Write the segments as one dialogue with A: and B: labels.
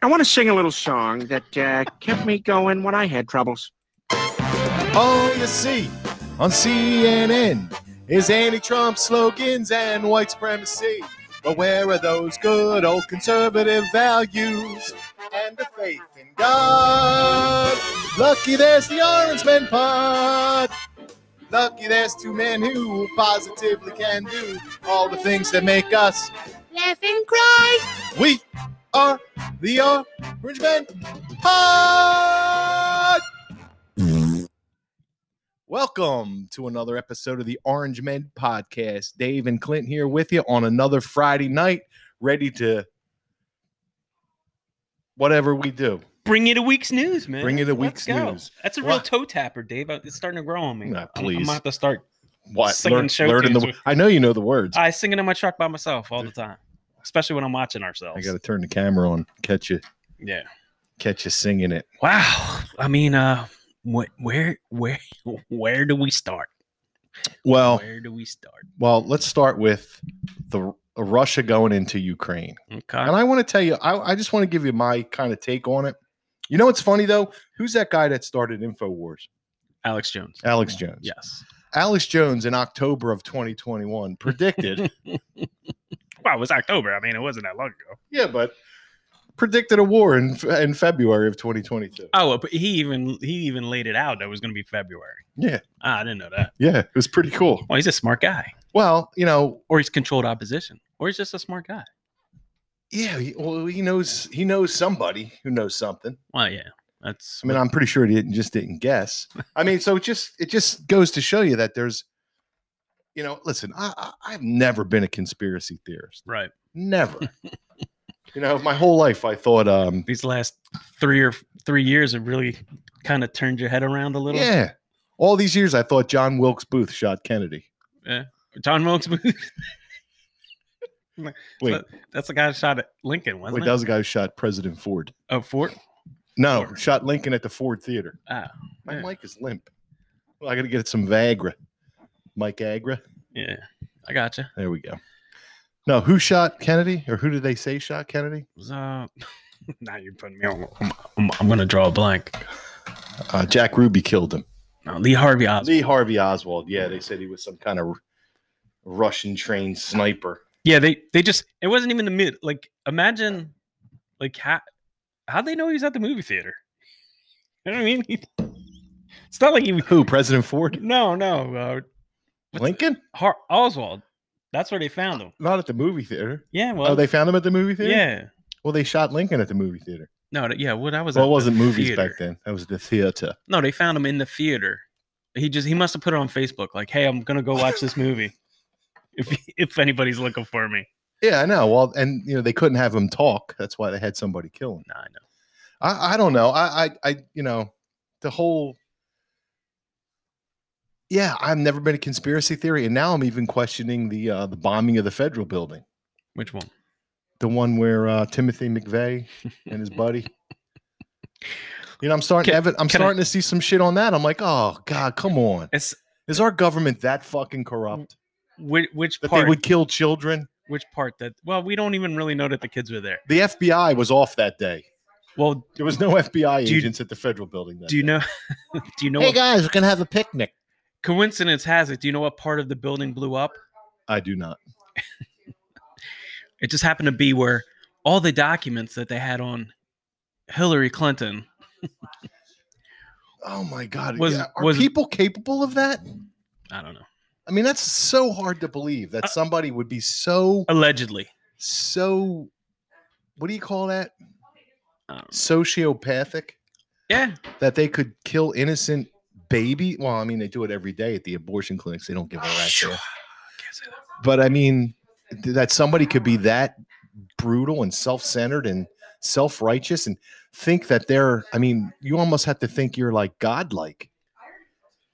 A: I want to sing a little song that uh, kept me going when I had troubles.
B: All you see on CNN is anti-Trump slogans and white supremacy. But where are those good old conservative values and the faith in God? Lucky there's the Orange Men Pod. Lucky there's two men who positively can do all the things that make us
C: Laugh and cry.
B: We are the Orange Men Pod. Welcome to another episode of the Orange Men Podcast. Dave and Clint here with you on another Friday night, ready to whatever we do.
D: Bring you a week's news, man.
B: Bring you the week's
D: Let's go.
B: news.
D: That's a
B: Wha-
D: real toe tapper, Dave. Uh, It's starting to grow on me.
B: Nah,
D: I'm- I'm,
B: please.
D: gonna have to start.
B: What?
D: Singing
B: Learn,
D: show
B: learning the,
D: tunes.
B: I know you know the words. I,
D: I sing it in my truck by myself all the time, especially when I'm watching ourselves.
B: got to turn the camera on. Catch you,
D: yeah.
B: catch you singing it.
D: Wow. I mean, uh, what, where, where, where do we start?
B: Well,
D: Where do we start?
B: well, let's start with the Russia going into Ukraine.
D: Okay.
B: And I want to tell you, I, I just want to give you my kind of take on it. You know what's funny though? Who's that guy that started InfoWars?
D: Alex Jones.
B: Alex Jones.
D: Yes.
B: Alex Jones in October of 2021 predicted,
D: Wow, it was October. I mean, it wasn't that long ago.
B: yeah, but predicted a war in, Fe- in February of 2022.
D: Oh, but he even he even laid it out that it was going to be February.
B: Yeah,
D: Ah, I didn't know that.
B: yeah, it was pretty cool.
D: Well, he's a smart guy,
B: Well, you know,
D: or he's controlled opposition, or he's just a smart guy.
B: yeah, he, well, he knows he knows somebody who knows something.
D: Well, yeah, that's.
B: I mean, I'm pretty sure he didn't, just didn't guess. I mean, so it just it just goes to show you that there's, you know, listen, I, I I've never been a conspiracy theorist.
D: Right.
B: Never. you know, my whole life I thought, um,
D: These last three or three years have really kind of turned your head around a little.
B: yeah, all these years I thought John Wilkes Booth shot Kennedy.
D: John Wilkes Booth.
B: Wait,
D: So- That's the guy that shot at Lincoln, wasn't
B: wait,
D: it?
B: that was the guy who shot President Ford.
D: oh, Fort.
B: No,
D: Ford.
B: shot Lincoln at the Ford Theater.
D: Ah,
B: My
D: yeah.
B: mic is limp. Well, I got to get some Viagra. Mike Agra.
D: yeah. I gotcha.
B: There we go. No, who shot Kennedy, or who did they say shot Kennedy?
D: So, now you're putting me on. I'm, I'm- I'm gonna draw a blank.
B: Uh, Jack Ruby killed him.
D: No, Lee Harvey Oswald.
B: Lee Harvey Oswald. Yeah, they said he was some kind of Russian trained sniper.
D: Yeah, they they just it wasn't even the mid. Like imagine, like how how they know he was at the movie theater. You know what I mean? it's not like he.
B: Who? President Ford?
D: No, no. Uh, What's-
B: Lincoln?
D: Har- Oswald. That's where they found him.
B: Not at the movie theater.
D: Yeah. Well.
B: oh, they found him at the movie theater.
D: Yeah.
B: Well, they shot Lincoln at the movie theater.
D: No. th- Yeah. What I was.
B: well,
D: at
B: it
D: the
B: wasn't movies
D: theater.
B: back then. That was the theater.
D: No, they found him in the theater. He just he must have put it on Facebook. Like, hey, I'm gonna go watch this movie. If if anybody's looking for me.
B: Yeah, I know. Well, and you know they couldn't have him talk. That's why they had somebody kill him.
D: No, I know.
B: I, I don't know. I, I, I, you know, the whole. Yeah, I've never been a conspiracy theory, and now I'm even questioning the uh, the bombing of the federal building,
D: Which one?
B: the one where uh, Timothy McVeigh and his buddy. You know, I'm starting.
D: Can-
B: Evan, I'm
D: can I-
B: starting to see some shit on that. I'm like, oh god, come on.
D: It's
B: Is our government that fucking corrupt
D: which, which
B: that
D: part?
B: they would kill children?
D: Which part that? Well, we don't even really know that the kids were there.
B: The FBI was off that day.
D: Well,
B: There was no FBI
D: Do you-
B: agents at the federal building. That
D: do you
B: day.
D: know? do you know?
B: Hey
D: what,
B: guys, we're gonna have a picnic.
D: coincidence has it. Do you know what part of the building blew up?
B: I do not.
D: It just happened to be where all the documents that they had on Hillary Clinton
B: Oh my god,
D: Was-
B: yeah. are
D: was-
B: people capable of that?
D: I don't know.
B: I mean, that's so hard to believe that
D: Uh,
B: somebody would be so
D: Allegedly.
B: so. What do you call that?
D: I don't know.
B: Sociopathic
D: Um, Yeah.
B: that they could kill innocent baby. Well, I mean, they do it every day at the abortion clinics. They don't give a rat's
D: Sure.
B: ass. But I mean, th- that somebody could be that brutal and self-centered and self-righteous and think that they're I mean, you almost have to think you're like godlike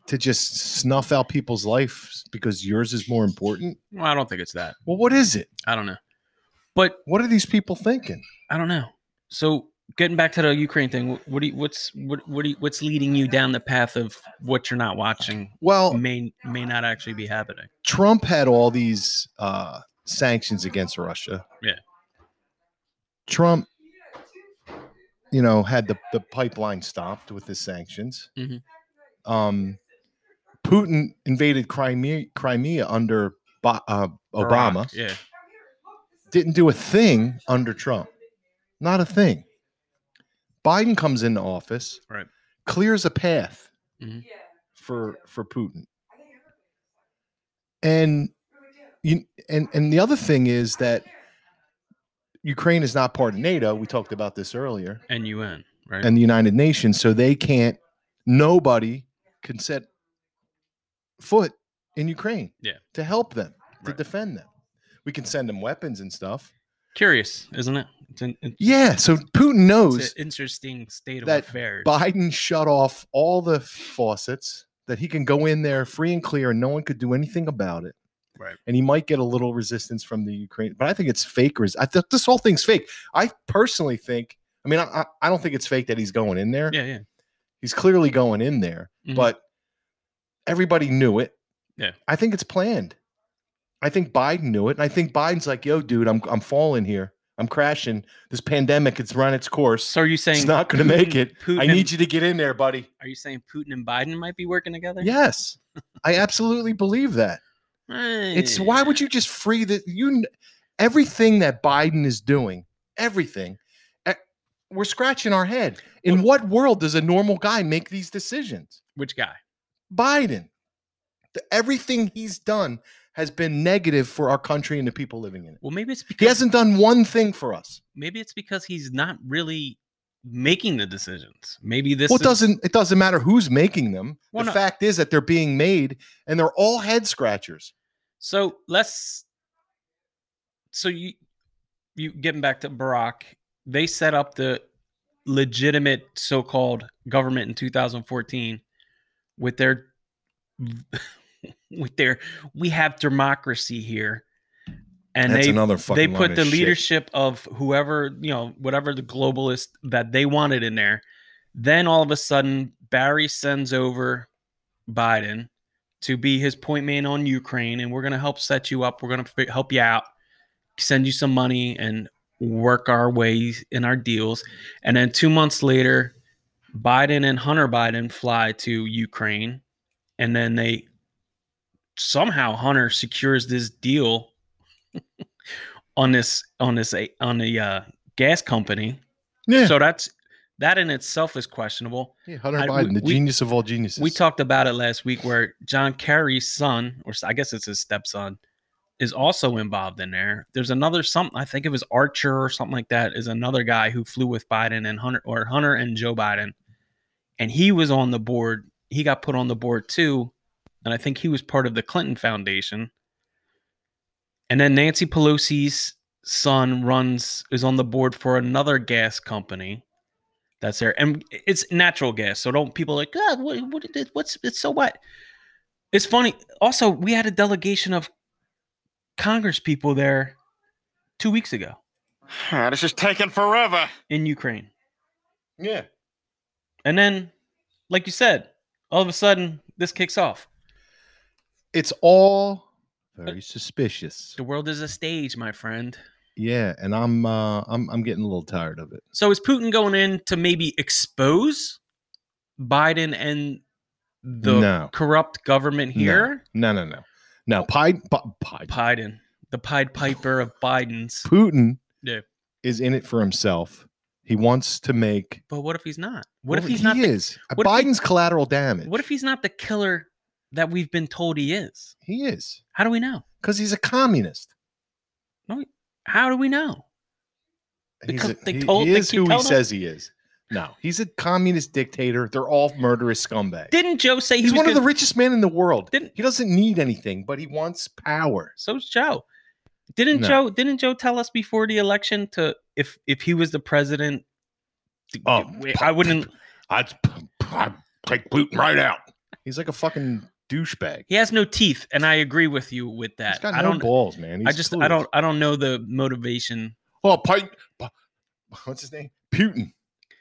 B: to just snuff out people's life because yours is more important.
D: Well, I don't think it's that.
B: Well, what is it?
D: I don't know. But
B: What are these people thinking?
D: I don't know. So getting back to the Ukraine thing, wh- what do you, what's what what do you, what's leading you down the path of what you're not watching
B: Well,
D: may may not actually be happening.
B: Trump had all these uh, sanctions against Russia.
D: Yeah.
B: Trump you know, had the, the pipeline stopped with the sanctions.
D: Mhm.
B: Um, Putin invaded Crimea, Crimea under Ba uh, Obama.
D: Barack, yeah.
B: Didn't do a thing under Trump. Not a thing. Biden comes into office,
D: Right.
B: clears a path
D: Mhm.
B: for for Putin. And you and and the other thing is that Ukraine is not part of NATO. We talked about this earlier
D: And UN, right?
B: and the United Nations, so they can't. Nobody can set foot in Ukraine.
D: Yeah.
B: To help them, to
D: Right.
B: defend them, we can send them weapons and stuff.
D: Curious, isn't it? It's an, it's
B: Yeah. So Putin knows
D: an interesting state of
B: that
D: affairs.
B: Biden shut off all the faucets that he can go in there free and clear and no one could do anything about it.
D: Right.
B: And he might get a little resistance from the Ukraine, but I think it's fake. Res- I th- this whole thing's fake. I personally think, I mean, I, I- I don't think it's fake that he's going in there.
D: yeah, yeah.
B: He's clearly going in there,
D: Mhm.
B: but everybody knew it.
D: Yeah.
B: I think it's planned. I think Biden knew it. And I think Biden's like, yo, dude, I'm, I'm falling here. I'm crashing. This pandemic, it's run its course.
D: So are you saying
B: It's not going to make it.
D: Putin
B: I
D: and-
B: need you to get in there, buddy.
D: Are you saying Putin and Biden might be working together?
B: Yes, I absolutely believe that. It's why would you just free the you? kn- Everything that Biden is doing, everything, eh, we're scratching our head. In what world does a normal guy make these decisions?
D: Which guy?
B: Biden, The- everything he's done has been negative for our country and the people living in it.
D: Well, maybe it's because
B: He hasn't done one thing for us.
D: maybe it's because he's not really making the decisions. Maybe this
B: well, it
D: is-
B: doesn't it doesn't matter who's making them.
D: Well,
B: the
D: no.
B: fact is that they're being made, and they're all head scratchers.
D: So let's. So you, you getting back to Barack? They set up the legitimate so-called government in 2014 with their, with their we have democracy here, and
B: That's
D: they
B: another fucking
D: they
B: line
D: put
B: of
D: the
B: shit.
D: leadership of whoever you know whatever the globalist that they wanted in there then all of a sudden barry sends over biden to be his point man on ukraine and we're going to help set you up we're going to f- help you out send you some money and work our ways in our deals and then two months later biden and hunter biden fly to ukraine and then they somehow hunter secures this deal on this on this a- on the uh, gas company.
B: Yeah,
D: So that's that in itself is questionable.
B: yeah Hunter
D: I-
B: Biden,
D: we-
B: the
D: we-
B: genius of all geniuses.
D: We talked about it last week where John Kerry's son, or s- I guess it's his stepson, is also involved in there. There's another something I think it was Archer or something like that is another guy who flew with Biden and Hunter or Hunter and Joe Biden, and he was on the board. He got put on the board too, and I think he was part of the Clinton Foundation. And then Nancy Pelosi's son runs is on the board for another gas company that's there, and it's natural gas. So don't people like God? What, what it- what's it's so what? It's funny. Also, we had a delegation of Congress people there two weeks ago
A: Ah, this is taking forever.
D: in Ukraine,
B: yeah,
D: and then, like you said, all of a sudden this kicks off.
B: it's all
D: Uh,
B: very suspicious.
D: The world is a stage, my friend.
B: Yeah, and I'm uh, I'm I'm getting a little tired of it.
D: So is Putin going in to maybe expose Biden and the
B: No.
D: corrupt government
B: No.
D: here?
B: No, no, no, no. Pied, Pied,
D: Biden, the Pied Piper of Biden's.
B: Putin
D: Yeah.
B: is in it for himself. He wants to make.
D: But what if he's not? What if
B: Well,
D: he's
B: he
D: not? The,
B: is
D: what if he-
B: Biden's collateral damage?
D: what if he's not the killer that we've been told he is?
B: he is?
D: How do we know?
B: Because he's a communist.
D: How do we know? The
B: He's
D: co-
B: a-
D: they
B: he,
D: told-
B: he
D: they
B: is
D: keep
B: who he
D: telling us-
B: says he is. No, he's a communist dictator. They're all murderous scumbags.
D: Didn't Joe say he
B: he's
D: was
B: one of the
D: gonna-
B: richest men in the world.
D: Didn't-
B: he doesn't need anything, but he wants power.
D: so's Joe? Didn't
B: No.
D: Joe? Didn't Joe tell us before the election to if if he was the president? to-
B: Oh,
D: I wouldn't.
B: I'd, I'd take Putin right out. He's like a fucking douchebag.
D: He has no teeth, and I agree with you with that.
B: He's got
D: I
B: no
D: don't.
B: balls, man.
D: I
B: He's
D: just I
B: clueless.
D: don't I don't know the motivation.
B: Well, Oh, Pike, what's his name? Putin.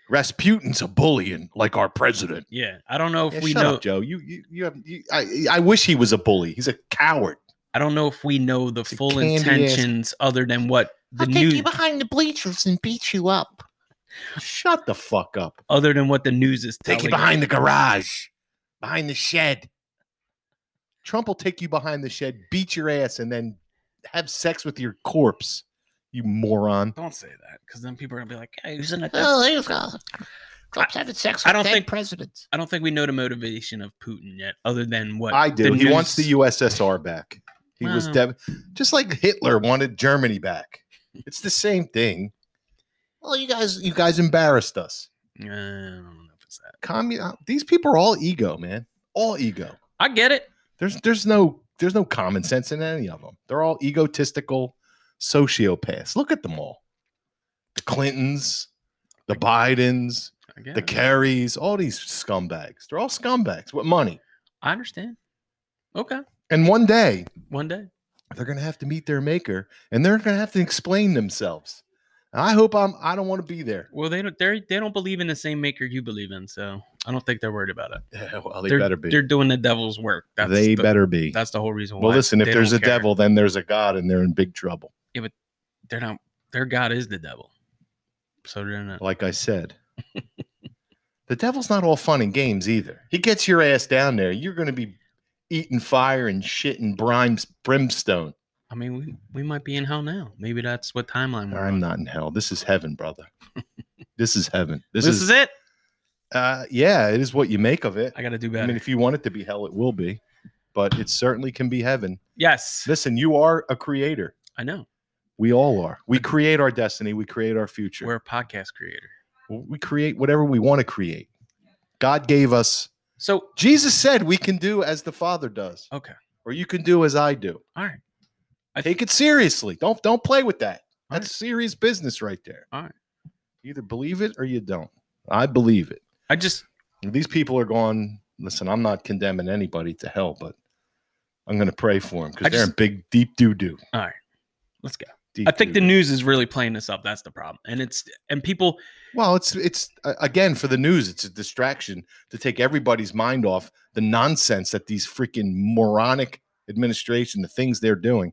B: Rasputin's a bullying like our president.
D: Yeah, I don't know if
B: Yeah,
D: we
B: shut
D: know.
B: up, Joe. You, you, you have. You, I, I wish he was a bully. He's a coward.
D: I don't know if we know the
B: a
D: full
B: candy ass-
D: intentions other than what the
C: I'll take
D: news.
C: you behind the bleachers and beat you up.
B: Shut the fuck up.
D: other than what the news is telling
B: Take you behind the garage, behind the shed. Trump will take you behind the shed, beat your ass, and then have sex with your corpse. You moron.
D: Don't say that because then people are gonna be like, "Hey, who's in it?"
C: Oh, there's uh, Trump's having sex with
D: I don't
C: dead
D: think-
C: presidents.
D: I don't think we know the motivation of Putin yet, other than what
B: I do.
D: the
B: he wants the Hmm.
D: news-
B: USSR back. He was
D: Wow.
B: dev- just like Hitler wanted Germany back. It's the same thing. Well, you guys, you guys embarrassed us.
D: Uh, I don't know if it's that.
B: Commun- these people are all ego, man. All ego.
D: I get it.
B: There's there's no there's no common sense in any of them. They're all egotistical sociopaths. Look at them all. The Clintons, the Bidens,
D: I get
B: the
D: it.
B: Kerrys, all these scumbags. They're all scumbags with money.
D: I understand. Okay,
B: And one day
D: one day.
B: they're gonna have to meet their maker and they're gonna have to explain themselves. And I hope I'm I don't want to be there.
D: Well, they don't. They they don't believe in the same maker you believe in, so I don't think they're worried about it.
B: Yeah, well, they
D: are
B: better be.
D: They're doing the devil's work. That's
B: they
D: the,
B: better be.
D: That's the whole reason why.
B: well, listen, if
D: they
B: there's a
D: don't care.
B: devil, then there's a God and they're in big trouble.
D: they're not. Their god is the devil. So they're not.
B: like I said. the devil's not all fun and games either. He gets your ass down there. You're going to be eating fire and shit and brimes, brimstone.
D: I mean, we, we might be in hell now. Maybe that's what timeline we're
B: I'm
D: on.
B: not in hell. This is heaven, brother. this is heaven. This,
D: This,
B: is,
D: is, it.
B: uh yeah, it is what you make of it.
D: I got to do
B: I
D: better.
B: mean, if you want it to be hell, it will be, but it certainly can be heaven.
D: yes,
B: Listen, you are a creator.
D: I know.
B: We all are. We create our destiny. We create our future.
D: We're a podcast creator.
B: we create whatever we want to create. God gave us
D: So
B: Jesus said we can do as the Father does,
D: okay,
B: or you can do as I do.
D: all right, I
B: Take it seriously. Don't don't play with that.
D: All right.
B: That's serious business right there.
D: all right.
B: You either believe it or you don't. I believe it.
D: I just
B: These people are going. Listen, I'm not condemning anybody to hell, but I'm going to pray for them
D: I
B: because they're in
D: just-
B: big deep doo doo.
D: let's go. I think the news is really playing this up. That's the problem, and it's and people.
B: Well, it's it's uh, again for the news. It's a distraction to take everybody's mind off the nonsense that these freaking moronic administration, the things they're doing.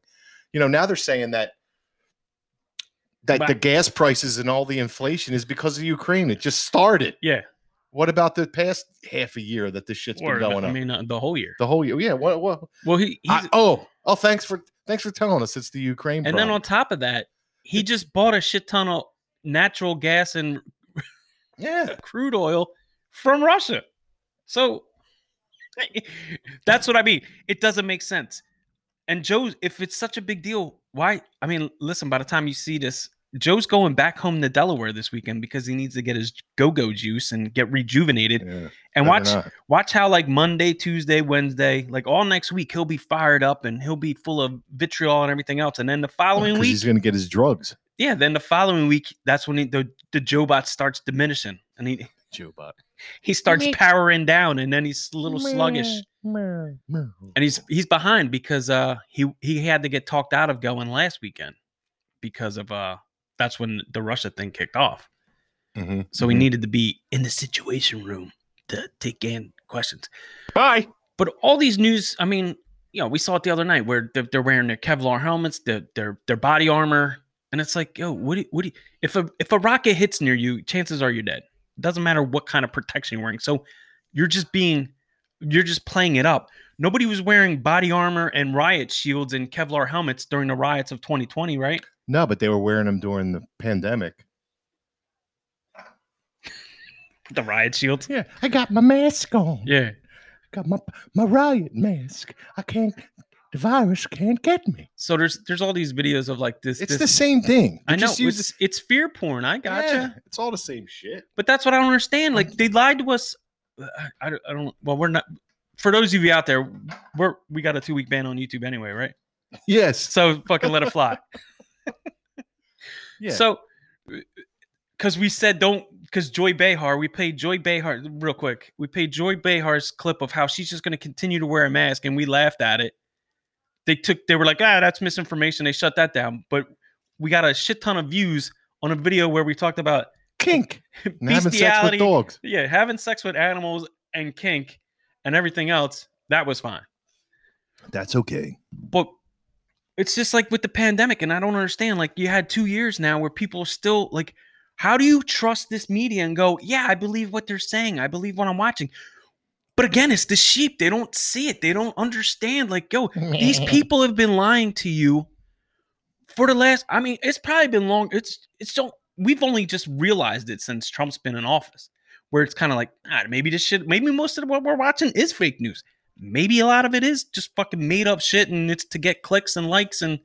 B: You know, now they're saying that that the
D: But-
B: gas prices and all the inflation is because of Ukraine. It just started.
D: Yeah,
B: What about the past half a year that this shit's
D: or,
B: been going
D: I
B: up?
D: mean uh, the whole year.
B: the whole year. Yeah. What? What?
D: Well, he he's,
B: I- oh, oh, thanks for thanks for telling us it's the Ukraine.
D: and then
B: problem.
D: on top of that, he just bought a shit ton of natural gas and
B: yeah,
D: crude oil from Russia. So that's what I mean. It doesn't make sense. And Joe's, if it's such a big deal, why? I mean, listen, by the time you see this, Joe's going back home to Delaware this weekend because he needs to get his go-go juice and get rejuvenated.
B: yeah.
D: And
B: better
D: watch
B: not.
D: watch how like Monday, Tuesday, Wednesday, like all next week he'll be fired up and he'll be full of vitriol and everything else. And then the following
B: Oh, 'Cause
D: week,
B: he's going to get his drugs.
D: yeah, then the following week, that's when he, the the Joe bot starts diminishing and he
B: Jobot.
D: he starts
C: Meh.
D: powering down and then he's a little sluggish and he's he's behind because uh he he had to get talked out of going last weekend because of uh that's when the Russia thing kicked off.
B: Mhm,
D: So he
B: mhm.
D: needed to be in the situation room to take in questions.
A: Bye.
D: But all these news, I mean, you know, we saw it the other night where they're, they're wearing their Kevlar helmets, their their their body armor, and it's like, yo, what do you, what do you, if a if a rocket hits near you, chances are you're dead. doesn't matter what kind of protection you're wearing. So you're just being, you're just playing it up. Nobody was wearing body armor and riot shields and Kevlar helmets during the riots of 2020, right?
B: No, but they were wearing them during the pandemic.
D: The riot shields.
B: Yeah, I got my mask on.
D: Yeah.
B: Got my my riot mask. I can't. The virus can't get me.
D: So there's there's all these videos of like this.
B: It's
D: this-
B: the same thing.
D: I
B: They
D: know
B: just use
D: it's, it's fear porn. I
B: the-
D: gotcha.
B: Yeah, it's all the same shit.
D: But that's what I don't understand. Like they lied to us. I, I don't- I don't. Well, we're not. For those of you out there, we're we got a two week ban on YouTube anyway, right?
B: Yes.
D: So fucking let it fly.
B: Yeah.
D: So, because we said don't, because Joy Behar, we played Joy Behar real quick. We played Joy Behar's clip of how she's just going to continue to wear a mask, and we laughed at it. They took, they were like, ah, that's misinformation. They shut that down. But we got a shit ton of views on a video where we talked about
B: kink. And having sex with
D: bestiality
B: dogs.
D: yeah, having sex with animals and kink and everything else, that was fine.
B: That's okay.
D: But it's just like with the pandemic, and I don't understand. Like, you had two years now where people still like, How do you trust this media and go, yeah, I believe what they're saying. I believe what I'm watching. But again, it's the sheep. They don't see it. They don't understand. Like, yo, these people have been lying to you for the last i mean it's probably been long it's it's so we've only just realized it since trump's been in office where it's kind of like ah, maybe this shit maybe most of what we're watching is fake news maybe a lot of it is just fucking made up shit and it's to get clicks and likes and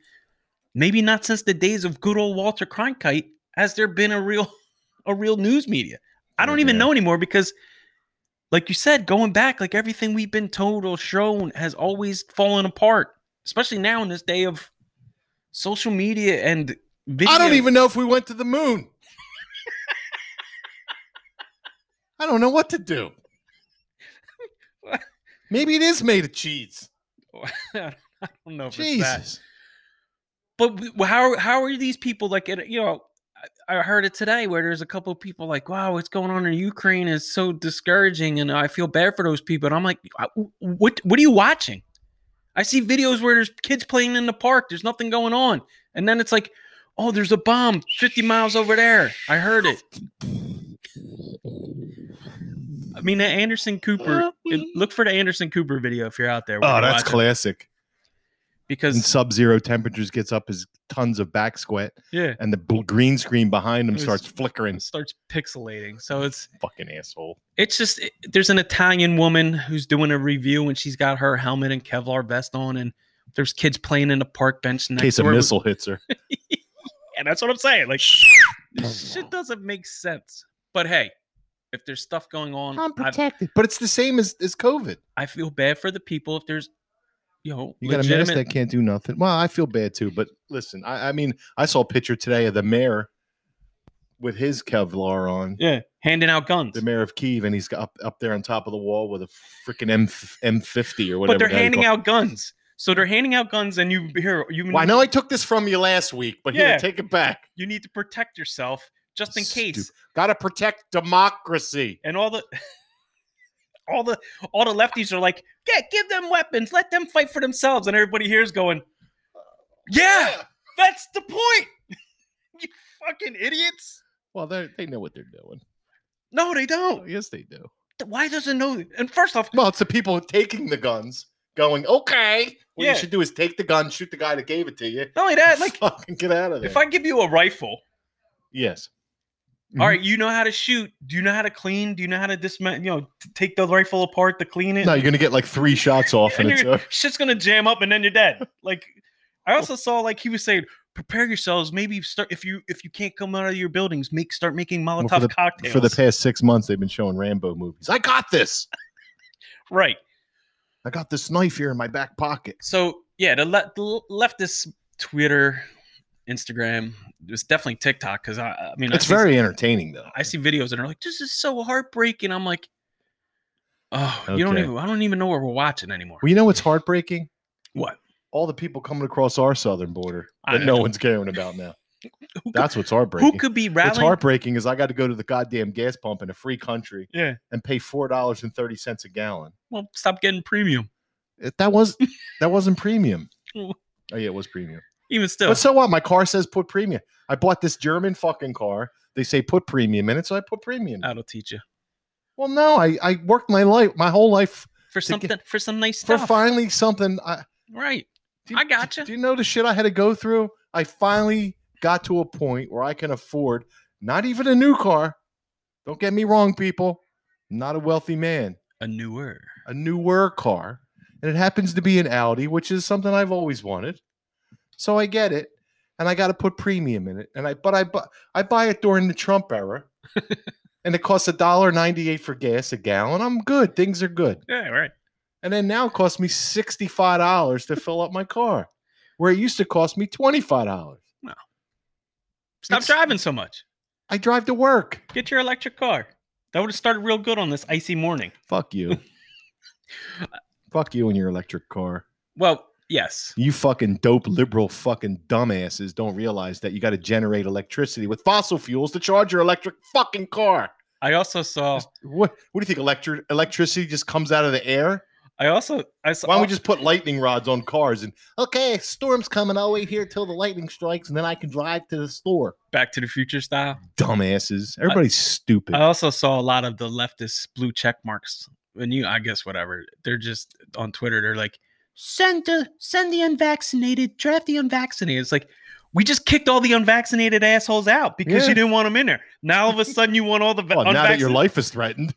D: maybe not since the days of good old walter cronkite has there been a real a real news media i don't even
B: Yeah.
D: know anymore because like you said going back like everything we've been told or shown has always fallen apart especially now in this day of social media and video.
B: I don't even know if we went to the moon. I don't know what to do. Maybe it is made of cheese.
D: I don't know if it's that.
B: Jesus.
D: But w- how how are these people like? it- You know, I I heard it today where there's a couple of people like, "Wow, what's going on in Ukraine is so discouraging," and I feel bad for those people. And I'm like, I- w- "What what are you watching?" I see videos where there's kids playing in the park. There's nothing going on, and then it's like, "Oh, there's a bomb 50 miles over there." I heard it. I mean, that Anderson Cooper. it- Look for the Anderson Cooper video if you're out there.
B: Oh,
D: We're gonna
B: that's
D: watch it
B: classic. And
D: Because
B: sub-zero temperatures gets up his tons of back sweat,
D: yeah,
B: and the bl- green screen behind him
D: It was-
B: starts flickering.
D: it starts pixelating. So it's
B: Fucking asshole.
D: it's just it- there's an Italian woman who's doing a review and she's got her helmet and Kevlar vest on and there's kids playing in the park bench
B: In
D: next
B: case a
D: door.
B: missile hits her.
D: And that's what I'm saying. Like this shit doesn't make sense. But hey, if there's stuff going on, I,
B: But it's the same as, as COVID.
D: I feel bad for the people. If there's you know
B: You got a mask
D: legitimate,
B: that can't do nothing. Well, I feel bad too, but listen, I, I mean, I saw a picture today of the mayor with his Kevlar on,
D: yeah, handing out guns.
B: the mayor of Kiev, and he's got up, up there on top of the wall with a freaking M M50 or whatever.
D: But they're
B: the hell you
D: handing
B: call-
D: out guns. So they're handing out guns, and you here you
B: Well, I know I took this from you last week, but
D: Yeah.
B: here, take it back.
D: you need to protect yourself just in case.
B: got to protect democracy.
D: and all the all the all the lefties are like, yeah, give them weapons, let them fight for themselves, and everybody here is going, yeah, that's the point. you fucking idiots.
B: Well, they they know what they're doing.
D: No, they
B: Oh,
D: don't.
B: yes, they do.
D: Why doesn't know? And first off,
B: Well, it's the people taking the guns going, okay. What
D: Yeah.
B: you should do is take the gun, shoot the guy that gave it to you.
D: not only that, like
B: fucking get out of there.
D: if I give you a rifle,
B: yes.
D: all right, you know how to shoot. Do you know how to clean? Do you know how to dismount? You know, t- take the rifle apart to clean it.
B: No, you're gonna get like three shots off, and
D: and
B: it's
D: you're,
B: over.
D: shit's gonna jam up and then you're dead. Like I also saw like he was saying, prepare yourselves. Maybe start if you if you can't come out of your buildings, make start making Molotov
B: for the-
D: cocktails
B: uh, for the past six months. They've been showing Rambo movies. I got this.
D: right.
B: I got this knife here in my back pocket.
D: So yeah, the, le- the le- leftist Twitter, Instagram, it was definitely TikTok because I I mean I
B: It's
D: see-
B: very entertaining though.
D: I see videos and they're like, this is so heartbreaking. I'm like, oh, you don't
B: Okay.
D: even I don't even know what we're watching anymore.
B: Well, you know what's heartbreaking?
D: what?
B: All the people coming across our southern border
D: I
B: that no
D: know.
B: one's caring about now.
D: Who could,
B: That's what's
D: who
B: heartbreaking.
D: could be
B: What's
D: rallying?
B: heartbreaking is I got to go to the goddamn gas pump in a free country
D: Yeah.
B: and pay four dollars and thirty cents a gallon.
D: Well, stop getting premium.
B: It- that was that wasn't premium.
D: Oh.
B: Oh yeah, it was premium.
D: Even still,
B: But so what? My car says put premium. I bought this German fucking car. They say put premium in it, so I put premium.
D: that'll teach you.
B: Well, no, I, I worked my life, my whole life
D: for
B: to get-
D: something for some nice
B: for
D: stuff.
B: finally something. I,
D: Right.
B: do
D: I gotcha.
B: Do, you know the shit I had to go through? I finally got to a point where I can afford not even a new car. Don't get me wrong, people. I'm not a wealthy man.
D: A newer.
B: A newer car, and it happens to be an Audi, which is something I've always wanted. So I get it, and I got to put premium in it. And I but I bu- I buy it during the Trump era. and it costs a dollar ninety eight for gas a gallon. I'm good. Things are good.
D: Yeah, right.
B: and then now it costs me sixty-five dollars to fill up my car, where it used to cost me twenty-five dollars.
D: Stop
B: It's-
D: driving so much.
B: I drive to work.
D: Get your electric car. That would have started real good on this icy morning.
B: Fuck you. Fuck you and your electric car.
D: Well, yes.
B: You fucking dope liberal fucking dumbasses don't realize that you got to generate electricity with fossil fuels to charge your electric fucking car.
D: I also saw
B: What what do you think electric electricity just comes out of the air?
D: I also I saw. Oh,
B: Why don't we just put lightning rods on cars and okay, storm's coming. I'll wait here till the lightning strikes and then I can drive to the store.
D: Back to the Future style?
B: Dumbasses. Everybody's stupid.
D: I uh, also saw a lot of the leftist blue check marks. And you, I guess, whatever. They're just on Twitter. They're like, send the send the unvaccinated, draft the unvaccinated. It's like we just kicked all the unvaccinated assholes out because
B: Yeah.
D: you didn't want them in there. Now all of a sudden you want all the va-
B: Well, now that your
D: unvaccinated-
B: life is threatened.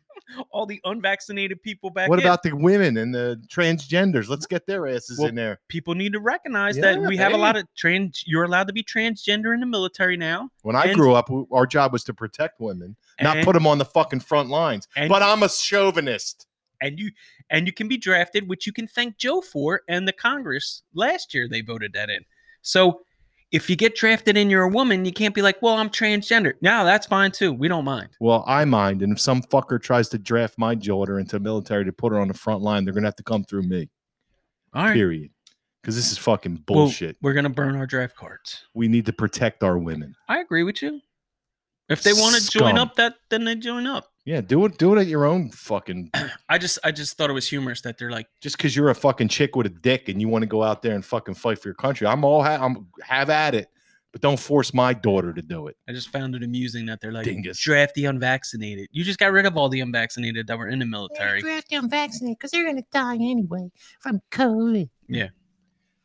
D: all the unvaccinated people back.
B: What
D: in.
B: about the women and the transgenders? Let's get their asses
D: Well,
B: in there.
D: people need to recognize that
B: Yeah,
D: we have a
B: hey.
D: lot of trans. You're allowed to be transgender in the military now.
B: When I
D: and-
B: grew up, w- our job was to protect women, not
D: and-
B: put them on the fucking front lines.
D: and-
B: But uh, I'm a chauvinist.
D: and you and you can be drafted, which you can thank Joe for. And the Congress last year they voted that in. So if you get drafted and you're a woman, you can't be like, well, I'm transgender. No, that's fine too. We don't mind.
B: Well, I mind. And if some fucker tries to draft my daughter into the military to put her on the front line, they're going to have to come through me,
D: All right.
B: period. Because this is fucking
D: Well,
B: bullshit.
D: we're gonna burn our draft cards.
B: we need to protect our women.
D: I agree with you. If they want to join
B: Scum.
D: up, that then they join up.
B: Yeah, do it. Do it at your own fucking.
D: I just I just thought it was humorous that they're like,
B: Just because you're a fucking chick with a dick and you want to go out there and fucking fight for your country, I'm all ha- I'm have at it. But don't force my daughter to do it.
D: I just found it amusing that they're like
B: Dingus.
D: draft the unvaccinated. You just got rid of all the unvaccinated that were in the military.
E: Draft them vaccinated because they're going to die anyway from COVID.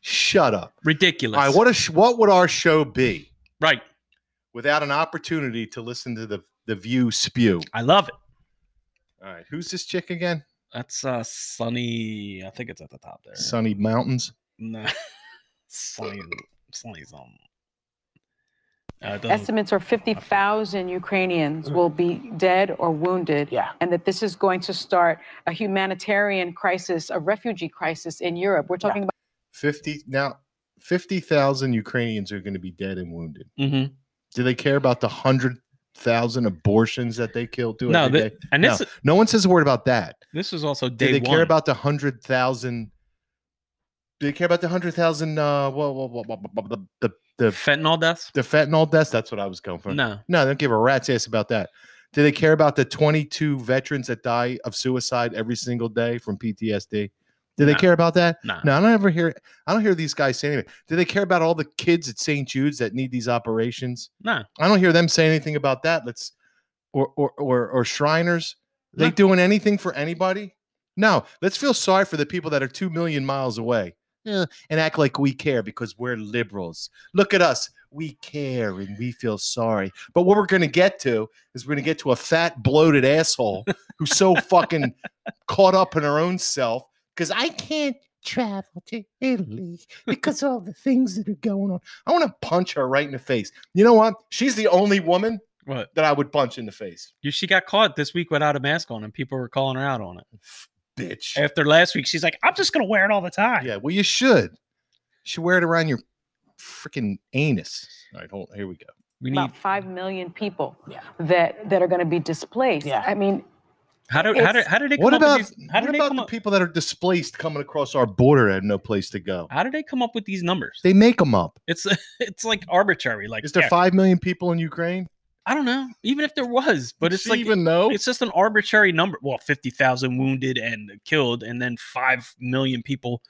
B: Shut up.
D: Ridiculous.
B: All right, what a sh- what would our show be
D: right.
B: without an opportunity to listen to the the view spew?
D: I love it.
B: All right, who's this chick again?
D: That's uh Sunny. I think it's at the top there.
B: Sunny Mountains.
D: no. Sunny. Sunny's on. Uh, it doesn't-
F: Estimates are 50,000 Ukrainians will be dead or wounded,
A: Yeah.
F: and that this is going to start a humanitarian crisis, a refugee crisis in Europe. We're talking
B: Fifty now. Fifty thousand Ukrainians are going to be dead and wounded.
D: Mhm.
B: Do they care about the hundred thousand abortions that they kill? Do
D: No,
B: every
D: thi-
B: day?
D: and this
B: No. No one says a word about that.
D: this is also day
B: Do they
D: one.
B: care about the hundred thousand? Do they care about the hundred thousand? Uh, whoa, whoa, whoa, whoa, whoa, the the
D: the
B: the
D: fentanyl deaths?
B: the fentanyl deaths. That's what I was going for.
D: No.
B: No, they don't give a rat's ass about that. Do they care about the 22 veterans that die of suicide every single day from PTSD? Do they
D: No.
B: care about that?
D: No.
B: No, I don't ever hear. I don't hear these guys say anything. Do they care about all the kids at St. Jude's that need these operations?
D: No.
B: I don't hear them say anything about that. Let's or or or, or Shriners. Are they
D: No.
B: doing anything for anybody? No. Let's feel sorry for the people that are two million miles away eh, and act like we care because we're liberals. Look at us. We care and we feel sorry. But what we're going to get to is we're going to get to a fat, bloated asshole who's so fucking caught up in her own self because I can't
E: Travel to Italy because all the things that are going on.
B: I want to punch her right in the face. You know what? She's the only woman
D: What?
B: that I would punch in the face.
D: You- She got caught this week without a mask on, and people were calling her out on it.
B: Bitch.
D: After last week, she's like, "I'm just gonna wear it all the time."
B: Yeah, well, you should. You should wear it around your freaking anus. All right, hold Here we go.
D: We need.
F: about 5 million people that, that are going to be displaced.
A: Yeah.
F: I mean,
D: How do how do
F: It's-
D: how did they come
B: What
D: up with
B: about,
D: these- how did
B: what
D: they
B: about
D: come
B: the
D: up,
B: people that are displaced coming across our border and have no place to go?
D: how did they come up with these numbers?
B: They make them up.
D: It's it's like arbitrary. Like
B: Is there
D: yeah,
B: 5 million people in Ukraine?
D: I don't know. Even if there was, but
B: Does
D: it's
B: she
D: like
B: even know?
D: it's just an arbitrary number. Well, fifty thousand wounded and killed, and then five million people.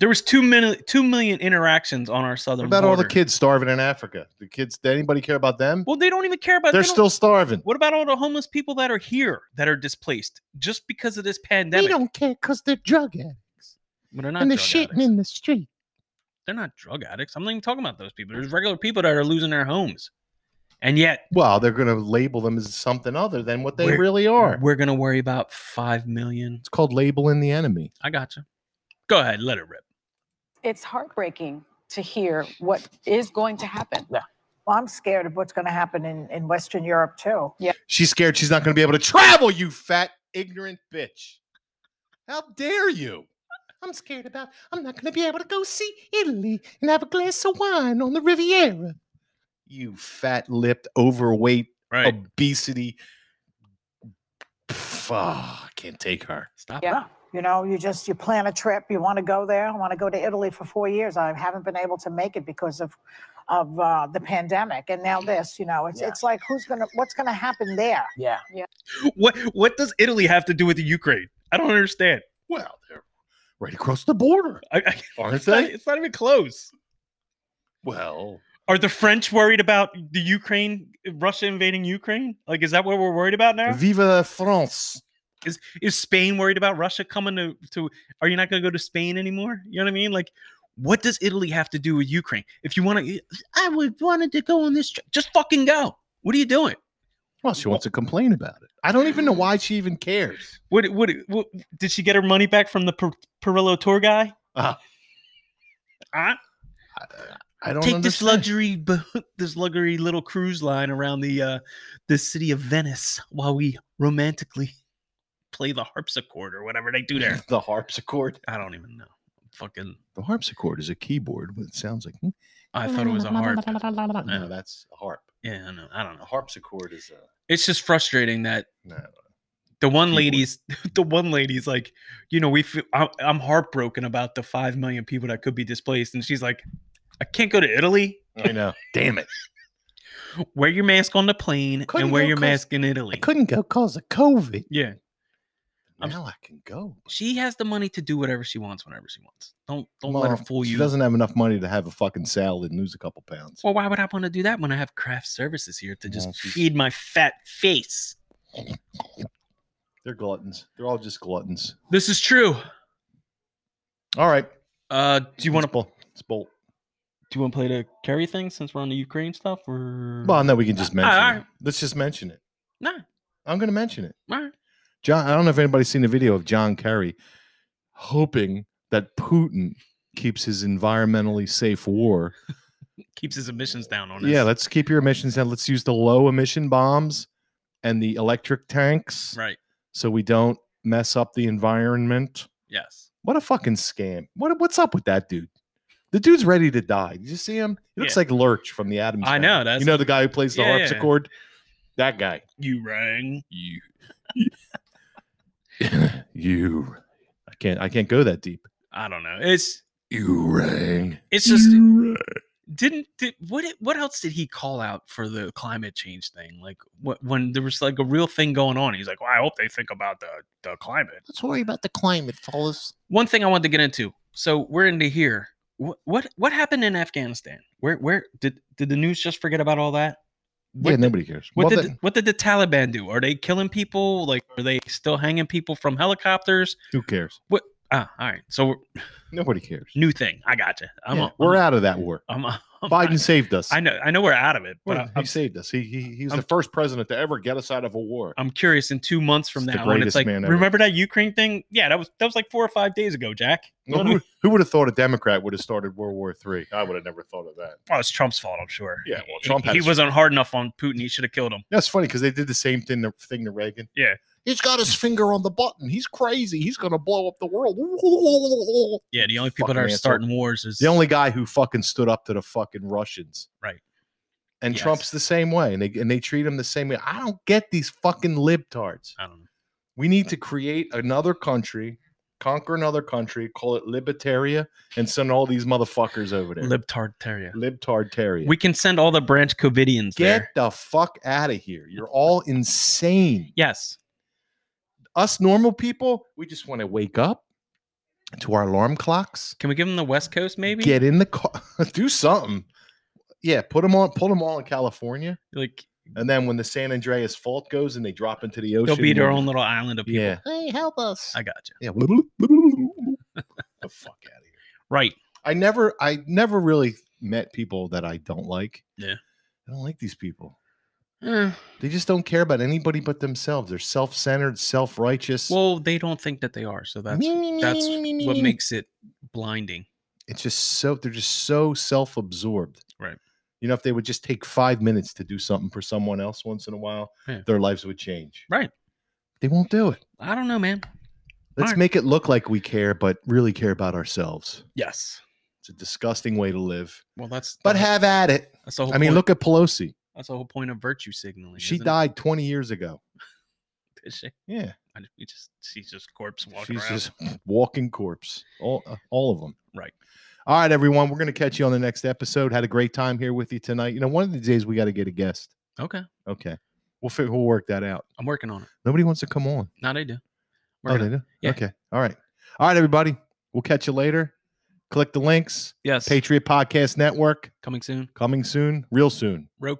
D: There was two million two million interactions on our
B: What
D: southern.
B: about all the
D: border.
B: kids starving in Africa? The kids, did anybody care about them?
D: Well, they don't even care about.
B: They're
D: they don't-
B: still starving.
D: What about all the homeless people that are here that are displaced just because of this
E: We
D: pandemic?
E: don't care because they're drug addicts
D: But they're not
E: and they're
D: drug
E: shitting
D: addicts.
E: in the street.
D: They're not drug addicts. I'm not even talking about those people. There's regular people that are losing their homes, and yet
B: Well, they're going to label them as something other than what they
D: We're-
B: really are.
D: We're gonna worry about five million.
B: It's called labeling the enemy.
D: I gotcha. Go ahead, let it rip.
F: it's heartbreaking to hear what is going to happen.
G: Well, I'm scared of what's going to happen in, in Western Europe too.
B: She's scared she's not going to be able to travel, you fat, ignorant bitch. How dare you?
E: I'm scared about I'm not going to be able to go see Italy and have a glass of wine on the Riviera.
B: You fat lipped, overweight,
D: Right.
B: Oh, obesity. Pff, ah, can't take her.
D: Stop.
F: Yeah.
G: You know, you just you plan a trip. You want to go there. I want to go to Italy for four years. I haven't been able to make it because of of uh, the pandemic, and now this. You know, it's
A: Yeah.
G: it's like who's gonna what's gonna happen there?
A: Yeah.
D: What What does Italy have to do with the Ukraine? I don't understand.
B: Well, they're right across the border,
D: I, I,
B: aren't
D: it's, not,
B: they?
D: it's not even close.
B: Well,
D: Are the French worried about the Ukraine, Russia invading Ukraine? Like, is that what we're worried about now?
B: vive la France.
D: Is is Spain worried about Russia coming to? to are you not going to go to Spain anymore? You know what I mean? Like, what does Italy have to do with Ukraine? If you want to, I would wanted to go on this trip. Just fucking go. What are you doing?
B: Well, she wants to complain about it. I don't even know why she even cares.
D: What, what, what did she get her money back from the per, Perillo tour guy?
B: Uh,
D: Huh?
B: I, I don't
D: Take this
B: understand.
D: luxury, boat, this luxury little cruise line around the uh, the city of Venice while we romantically play the harpsichord or whatever they do there.
B: the harpsichord.
D: I don't even know. Fucking,
B: The harpsichord is a keyboard. It sounds like. hmm.
D: I thought it was a harp.
B: No, that's a harp.
D: Yeah, I know. I don't
B: A
D: know.
B: harpsichord is a.
D: It's just frustrating that
B: No.
D: the one
B: Keyboard.
D: lady's the one lady's like you know we feel, I, i'm heartbroken about the 5 million people that could be displaced and she's like i can't go to italy
B: I know. Damn it.
D: wear your mask on the plane
B: Couldn't
D: and wear
B: go
D: your
B: 'cause
D: mask in
B: I
D: italy
B: couldn't go because of COVID.
D: yeah I'm-
B: Now I can go.
D: she has the money to do whatever she wants whenever she wants don't don't let her
B: Mom,
D: fool
B: She
D: you
B: doesn't have enough money to have a fucking salad and lose a couple pounds.
D: well why would i want to do that when i have craft services here to just
B: Well, she's-
D: feed my fat face
B: They're gluttons. They're all just gluttons.
D: this is true
B: All right.
D: uh do you want to
B: bolt? Let's bolt.
D: do you want to play the carry thing since we're on the ukraine stuff or
B: Well, no, we can just mention
D: Mm. all
B: it.
D: right.
B: Let's just mention it.
D: no
B: I'm going to mention it.
D: all right
B: John, I don't know if anybody's seen the video of John Kerry hoping that Putin keeps his environmentally safe war.
D: keeps his emissions down on us
B: Yeah, let's keep your emissions down. Let's use the low emission bombs and the electric tanks
D: right
B: so we don't mess up the environment.
D: yes
B: What a fucking scam. What what's up with that dude? The dude's ready to die. Did you see him? He looks
D: Yeah.
B: like Lurch from the Adams.
D: I
B: Family.
D: know, that's-
B: you know the guy who plays the
D: Yeah, yeah.
B: harpsichord. That guy.
D: You rang.
B: You. you. I can't. I can't go that deep.
D: I don't know. It's
B: You rang.
D: it's just
B: You rang.
D: didn't did, what it- what else did he call out for the climate change thing? Like what when there was like a real thing going on, he's like, well, I hope they think about the the climate.
H: Let's worry about the climate, fellas.
D: One thing I wanted to get into. So we're into here. What what what happened in Afghanistan? Where where did did the news just forget about all that? What
B: Yeah,
D: did-
B: nobody cares.
D: What
B: Well,
D: did
B: the-
D: the- what did the Taliban do? Are they killing people? Like are they still hanging people from helicopters?
B: who cares?
D: Ah, all right. So we're-
B: Nobody cares.
D: new thing. I gotcha. I'm
B: Yeah,
D: a-
B: we're
D: I'm,
B: out of that war.
D: I'm, a- I'm a-
B: Biden saved us.
D: I know, I know we're out of it, but
B: Well,
D: I-
B: he
D: I'm,
B: saved us. He, he he's
D: I'm-
B: the first president to ever get us out of a war.
D: I'm curious. In two months from
B: It's the
D: now, when it's
B: greatest
D: like,
B: man ever.
D: remember that Ukraine thing? Yeah, that was that was like four or five days ago, Jack. You know
B: Well,
D: what I
B: who,
D: mean?
B: who would have thought a Democrat would have started World War Three? I would have never thought of that.
D: Well, it's Trump's fault, I'm sure.
B: Yeah, well,
D: He-
B: Trump had
D: he,
B: his-
D: wasn't hard enough on Putin. He should have killed him.
B: That's funny because they did the same thing to, thing to Reagan.
D: Yeah.
B: he's got his finger on the button. He's crazy. He's gonna blow up the world.
D: Yeah, the only people that
B: Fucking
D: are
B: asshole.
D: starting wars is
B: The only guy who fucking stood up to the fucking Russians,
D: Right.
B: And
D: Yes.
B: Trump's the same way, and they and they treat him the same way. I don't get these fucking libtards.
D: I don't know.
B: We need to create another country, conquer another country, call it Libertaria, and send all these motherfuckers over there.
D: Libtardaria.
B: Libtardaria.
D: We can send all the Branch Covidians
B: Get
D: there.
B: the fuck out of here. You're all insane.
D: Yes,
B: Us normal people, we just want to wake up to our alarm clocks,
D: can we give them the West Coast? Maybe
B: get in the car, do something. Yeah, put them on, put them all in California,
D: like
B: and then when the San Andreas Fault goes and they drop into the ocean,
D: they'll be their
B: we'll-
D: own little island of people.
B: Yeah,
H: Hey, help us.
D: I gotcha.
B: yeah. the fuck out of here.
D: Right.
B: I never, I never really met people that I don't like.
D: Yeah.
B: I don't like these people.
D: Eh,
B: They just don't care about anybody but themselves. They're self-centered, self-righteous.
D: Well, they don't think that they are, so that's
H: Me, me, me,
D: that's
H: me, me, me,
D: what
H: me.
B: Mm.
D: makes it blinding.
B: it's just so they're just so self-absorbed
D: Right.
B: you know if they would just take five minutes to do something for someone else once in a while
D: Yeah.
B: their lives would change
D: Right.
B: they won't do it
D: I don't know, man.
B: let's
D: Alright.
B: make it look like we care but really care about ourselves
D: Yes.
B: it's a disgusting way to live
D: Well, that's
B: but
D: the whole-
B: have at it
D: That's the whole
B: i mean
D: point-
B: look at pelosi
D: That's the whole point of virtue signaling.
B: she
D: Oh, isn't it?
B: died 20 years ago
D: Is she?
B: yeah
D: I just- we just she's just corpse walking
B: she's
D: around.
B: just walking corpse all, uh, all of them
D: Right.
B: all right everyone we're going to catch you on the next episode had a great time here with you tonight you know one of the days we got to get a guest
D: Okay,
B: Okay. We'll figure, we'll work that out.
D: I'm working on it.
B: Nobody wants to come on.
D: Now they do. We're
B: Oh,
D: gonna-
B: they do?
D: yeah.
B: Okay. All right. All right, everybody. We'll catch you later. Click the links.
D: Yes.
B: Patriot Podcast Network
D: Coming soon.
B: coming soon, real soon.
D: Roku.